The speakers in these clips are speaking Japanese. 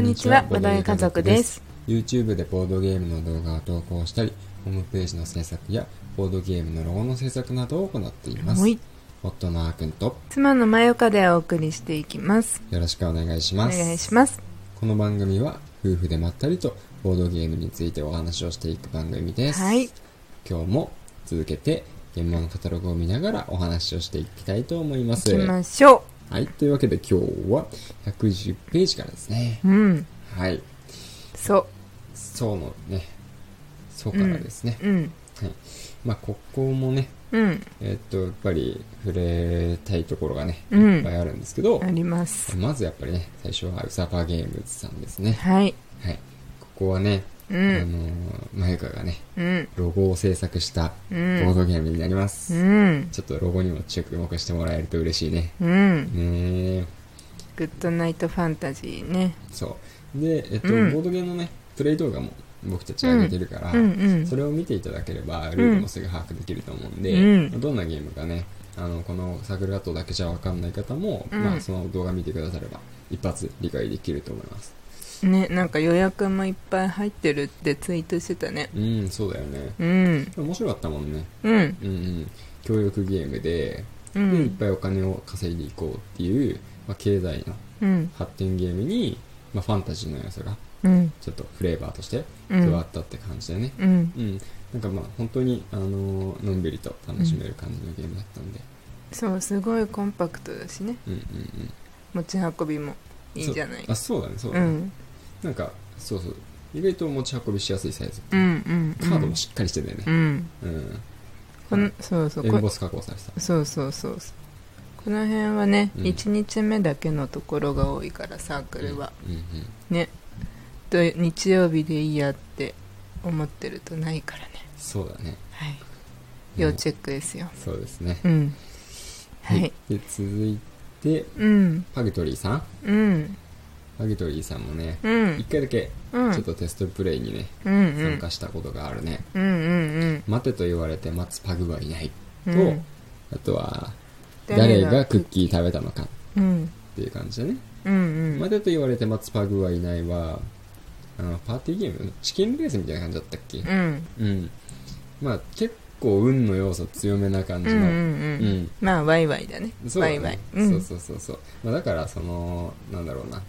にちはボドゲ家族です YouTube でボードゲームの動画を投稿したりホームページの制作やボードゲームのロゴの制作などを行っていますはい夫のあーくんと妻のまよかでお送りしていきますよろしくお願いしおます願いしますこの番組は夫婦でまったりとボードゲームについてお話をしていく番組です、はい今日も続けて現場のカタログを見ながらお話をしていきたいと思います行きましょはいというわけで今日は110ページからですねううんはいそそうのねそうからですね、ううんまあここもねうんえっとやっぱり触れたいところがね、うんいっぱいあるんですけどありますまずやっぱりね最初はウサパゲームズさんですねはいはいここはね、うあんのーまゆかがねうんロゴを制作したうボーんドゲームになります、うんちょっとロゴにも注目してもらえると嬉しいねうんねえグッドナイトファンタジーねそうで、えっとうんボードゲームのねプレイ動画も僕たち上げてるから、うんうんそれを見ていただければルールもすぐ把握できると思うんで、うんどんなゲームかねあのこの桜とだけじゃ分かんない方も、うんまあ、その動画見てくだされば一発理解できると思いますねなんか予約もいっぱい入ってるってツイートしてたねうんそうだよねうん面白かったもんねうんうんうん協力ゲームで,、うでいっんぱいお金を稼いでいこうっていう、まあ、経済のうん発展ゲームに、まあ、ファンタジーの要素がうんちょっとフレーバーとしてう加わんったって感じでね、うんうん、なんかまあ本当にあのーのんびりと楽しめる感じのゲームだったんで、そうすごいコンパクトだしねうん、うんうん持ち運びもいいんじゃないあそうだねそうだうね、んなんかそうそう意外と持ち運びしやすいサイズ、うんうんうんカードもしっかりしてたよねうんうん、このそうそうエこンボス加工されてたそうそうそうそうこの辺はね、うん1日目だけのところが多いからサークルは、うんうんと日曜日でいいやって思ってるとないからねそうだねはい要チェックですようんそうですねうんはいで続いてうんパグトリーさんうんパグトリーさんもねうんうん一回だけうちんょっとテストプレイにね、うんうん参加したことがあるね、うんうん待てと言われて待つパグはいないうんと、うんあとは誰誰ががクッキー食べたのかっうんていう感じでね、うんうんまでと言われて松パグはいないはあのパーティーゲームチキンレースみたいな感じだったっけうんうん、まあ結構運の要素強めな感うんうじんのうんうんまあワイワイだねそうワだイワねイ、うんそうそうそうそう、まあ、だからそのなんだろうな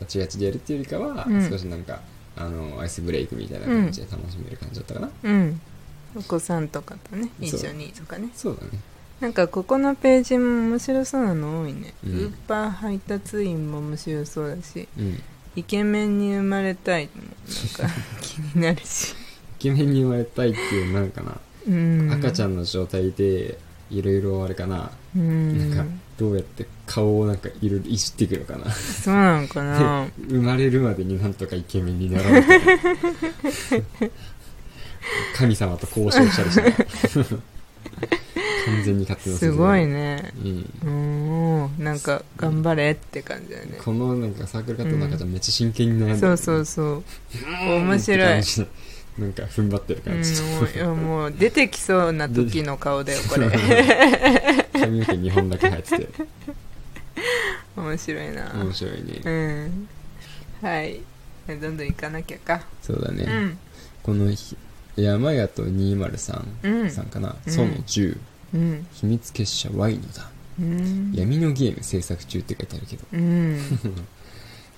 ガチガチでやるっていうよりかは、うん少しなんかあのアイスブレイクみたいな感じで楽しめる感じだったかな、うんお子さんとかとねそう一緒にとかねそうだねなんかここのページも面白そうなの多いね、うんウーパー配達員も面白そうだしうんイイケメンに生まれたいのもなんか気になる し、ケメンに生まれたいっていうなんかな、うん、赤ちゃんの状態でいろいろあれかなうんなんかどうやって顔をなんかいろいろいじっていくのかなそうなん かな生まれるまでになんとかイ ケメンになろうみたいな神様と交渉したりして 完全に勝手なすごい、ねうん、うんなんか頑張れって感じだねこのなんかサークルカットの中じゃめっちゃ真剣に悩んでそうそううそうーん面白いって感じなんか踏ん張ってるうん感じ、もういやもう出てきそうな時の顔だよ これ 髪の毛2本だけ生えてて面白いな面白いね、うんはいどんどん行かなきゃかそうだね、うんこの日山屋と203うんさんかな、うんその10、うん秘密結社ワイのだ、うん闇のゲーム制作中って書いてあるけどうん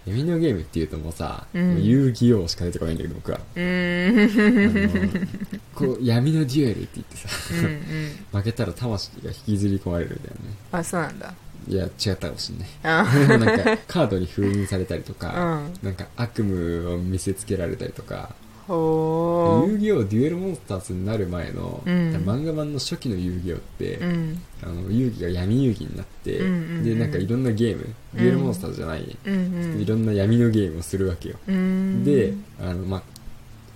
闇のゲームっていうともうさ、うんもう遊戯王しか出てこないんだけど僕 はうんうんあのこう闇のデュエルって言ってさうん負けたら魂が引きずり込まれるんだよねあそうなんだいや違ったかもしんない あなんかカードに封印されたりとうか、んなんか悪夢を見せつけられたりとかほ遊戯王デュエルモンスターズになる前の、うん漫画版の初期の遊戯王って、ううんあの遊戯が闇遊戯になって、うんうんうんでなんかいろんなゲームデュエルモンスターじゃない、うんうんいろんな闇のゲームをするわけよ、うんであの、まあ、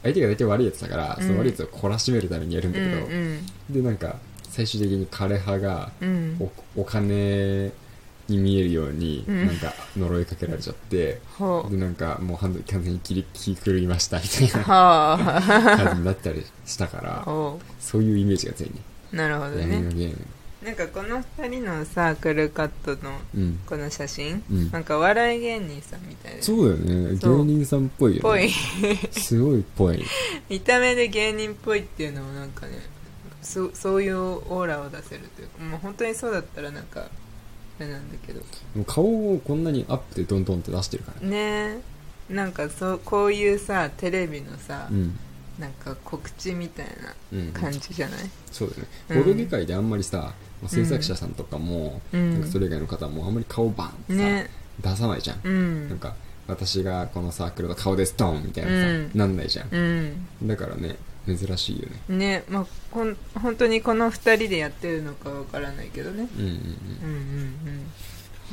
相手が大体悪いやつだから、うんその悪いやつを懲らしめるためにやるんうだけど、でんなんか最終的に枯葉がうんうんおお金に見えるように、うんなんか呪いかけられちゃって、ほでなんかもう完全に切り切り狂いましたみたいはな感じになったりしたかあらほそういうイメージが強いねうなるほど闇のねゲームなんかこの2人のサークルカットのうんこの写真、うんなんか笑い芸人さんみたいでそうだよねそう芸人さんっぽいよぽねいすごいっぽい見た目で芸人っぽいっていうのもなんかねそそういうオーラを出せるというかもう本当にそうだったらなんかあれなんだけどもう顔をこんなにアップでドンドンって出してるからねねえなんかそうこういうさテレビのさ、うんなんか告知みたいなうん感じじゃない、そうだねうんボドゲ界であんまりさ、まあ制作者さんとかも、うんなんかそれ以外の方もあんまり顔バンってさ、ね出さないじゃん、うなんんか私がこのサークルの顔ですドンみたいなさ、うんなんないじゃんうんだからね珍しいよねねまあこん本当にこの2人でやってるのかわからないけどねうんうんうんうんうん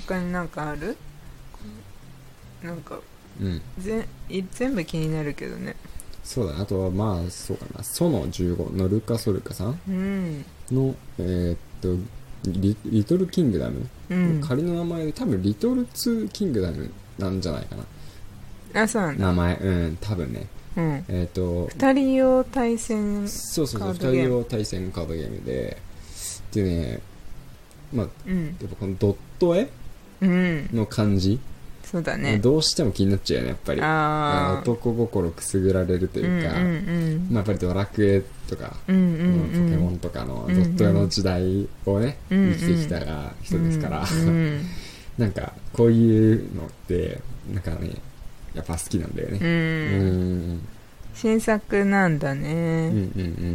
他になんかあるなんかうんうんぜい全部気になるけどねそうだねあとはまあそうかなソノ15のルカ・ソルカさんうんのえーっとリリトル・キングダム、うん仮の名前で多分リトル・ツー・キングダムなんじゃないかなあそうなんだ名前うん多分ねうんえーっと2人用対戦そうそうそうカード2ゲーム人用対戦カードゲームででねまあうんやっぱこのドット絵うんの感じ、そうだねどうしても気になっちゃうよねやっぱりあのああ男心くすぐられるとういうか、んまあ、やっぱりドラクエとか、うんうんうんうポケモんンとかのうドんうんット絵の時代をね、うんうん生きてきたら人ですから、うんなんかこういうのってなんかねやっぱ好きなんだよう、ね、うんうんん、新作なんだうんうね、んう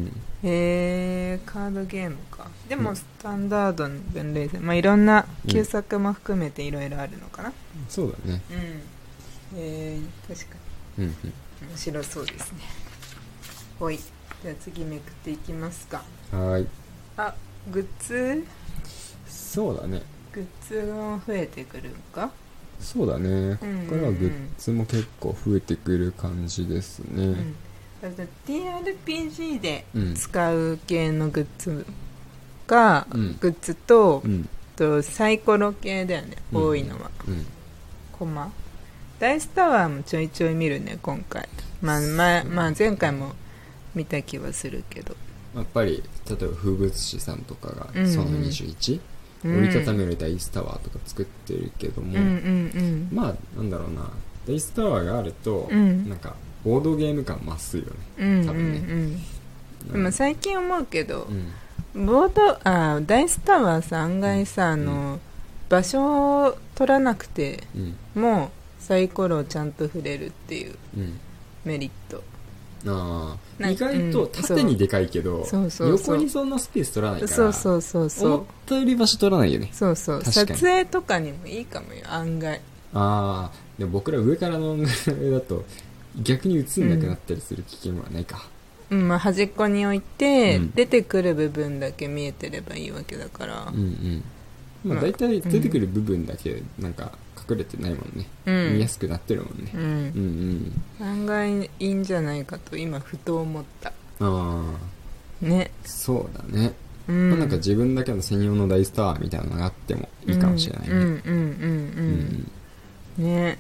んへえカードゲームかでうもんスタンダードの分類で、まあ、いろんな旧作も含めていろいろあるのかなそうだねうん、えー、確かうんうんに面白そうですねほいじゃあ次めくっていきますかはーいあグッズそうだねグッズが増えてくるのかそうだねこうんうんうんこからはグッズも結構増えてくる感じですうねんあと TRPG でうん使う系のグッズが、うんグッズと、うんとサイコロ系だよねうん多いのは、うんコマダイスタワーもちょいちょい見るね今回まあ、まあまあ、前回も見た気はするけど、やっぱり例えば風物詩さんとかがうんうんその21、うん、折りたためるダイスタワーとか作ってるけども、うんうんまあなんだろうなダイスタワーがあると、うんなんかボードゲーム感増すよねうんうんうん多う分ねんでも最近思うけどう、んボードあーダイスタワーさ案外さあの、場所を取らなくてうんもサイコロをちゃんと振れるっていううんメリットあなあん意外とうん縦にでかいけど、そうそうそう横にそんなスペース取らないからそうそうそうそ思っうたより場所取らないよねそうそう確か撮に影とかにもいいかもよ案外ああでも僕ら上からの上だと逆に映んなくなったりする危険はないか、うんまあ、端っこに置いて、うん出てくる部分だけ見えてればいいわけだからうんうんままああ大体出てくる部分だけなんか隠れてないもんね、うん、見やすくなってるもんねう、、うんん案外いいんじゃないかと今ふと思ったうんああねそうだね、うん、まあ、なんか自分だけの専用の大スターみたいなのがあってもいいかもしれないねうんうんううんんうん、ね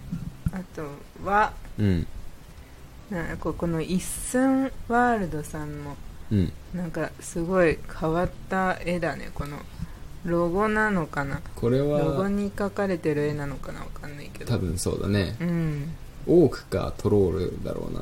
あとはうんなんかこの一寸ワールドさんもうんなんかすごい変わった絵だねこのロゴなのかなこれロゴはに描かれてる絵なのかなわかんないけ多ど分そうだねうんオークかトロールだろうな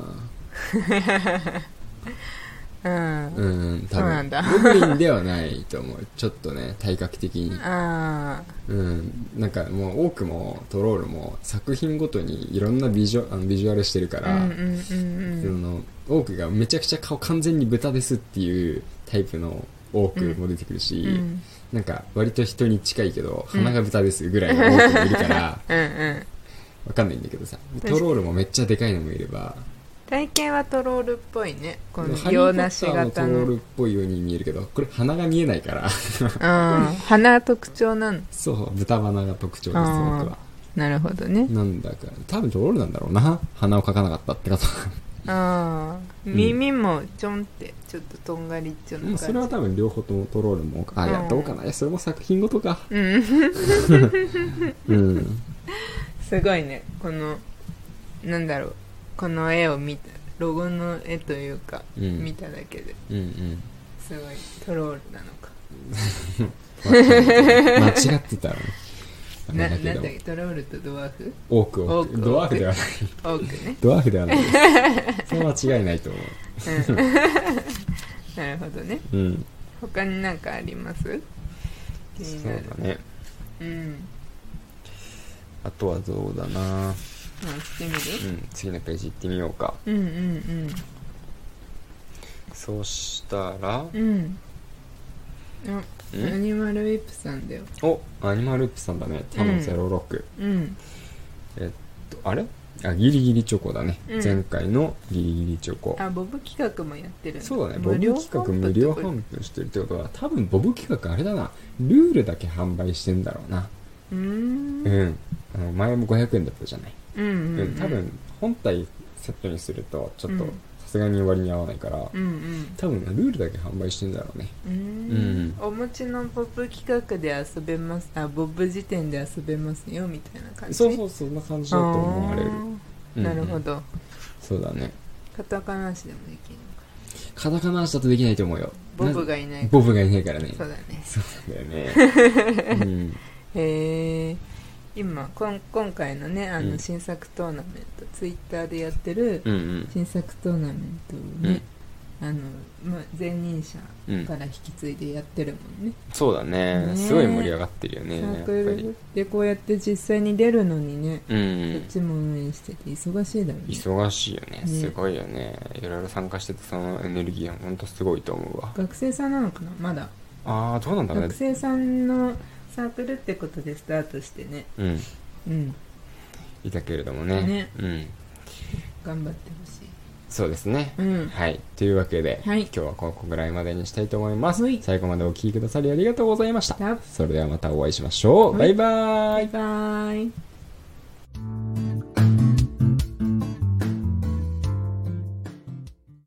うんうんそ多うな ん分だゴブリンではないと思うちょっとね体格的にあうんなんかもうオークもトロールも作品ごとにいろんなビジュあのビジュアルしてるかあうら、んうんうんそうんのオークがめちゃくちゃ顔完全に豚ですっていうタイプのオークも出てくるし、うんなんか割と人に近いけどうん鼻が豚ですぐらいの多くもいるから、 うんうんわかんないんだけどさ確かにトロールもめっちゃでかいのもいれば体型はトロールっぽいねこでのもハリー洋ポッ梨ターのト型ロのールっぽいように見えるけどこれ鼻が見えないから うん鼻特徴なのそう豚鼻が特徴です僕あーはなるほどねなんだか多分トロールなんだろうな鼻を描かなかったってことああうん耳もちょんってちょっととんがりっちょものうそれは感じ多分両方ともトロールもあいやうんどうかないやそれも作品ごとかうんうんすごいねこのなんだろうこの絵を見たロゴの絵というか、うん見ただけでうんうんすごいトロールなのか間違ってたらねあなれなだんだけどっけトラウルとドワーフ多く多多くくドワーフではない多くね、ドワーフで はないですそれは間違いないと思うん、 なるほどねううん他になんかあります気にそなうるだねうんあとはどうだなまあしてみうるん次のページ行ってみようかうんうんそうしたらうんうんあアニマルウィップさんだよおアニマループさんだねタの06、うんあれあギリギリチョコだね、うん前回のギリギリチョコあボブ企画もやってるんそうだねボブ企画無料販布してるってことは多分ボブ企画あれだなルールだけ販売してんだろうな布うーんううんんあの前も500円だったじゃない、うんううんん多分本体セットにするとちょっとうんさすがに割に合わないから、うんうん多分ルールだけ販売してんだろうねうーんお持ちのボブ企画で遊べますあボブ時点で遊べますよみたいな感じそうそうそんな感じだと思われる、あーうんなるほどそうだねカタカナ足でもできるのかカタカナ足だとできないと思うよボブながいないかボブがいないからねらそうだねそう なんだよね。うん。へえ今こん今回のねあうのん新作トーナメント、ツイッターでやってるうんうん。新作トーナメントをね、あのまあ、前任者うんから引き継いでやってるもんね、そうだねねえすごい盛り上がってるよね。サやーっクぱルり。でこうやって実際に出るのにね、うんうこんっ。ちも運営してて忙しいだろうね忙しいよね。ねすごいよね。いろいろ参加してて、そのエネルギーは本当すごいと思うわ。学生さんなのかなまだああ、どうなんだろう学ね。生さんのサークルってことでスタートしてねうん。うんいたけれどもね。ねうん。頑張ってほしいそうですね。うんはい。というわけで、はい今日はここぐらいまでにしたいと思います。はい最後までお聴きくださりありがとうございました。はいそれではまたお会いしましょう。はバいイバーイ。バイバイ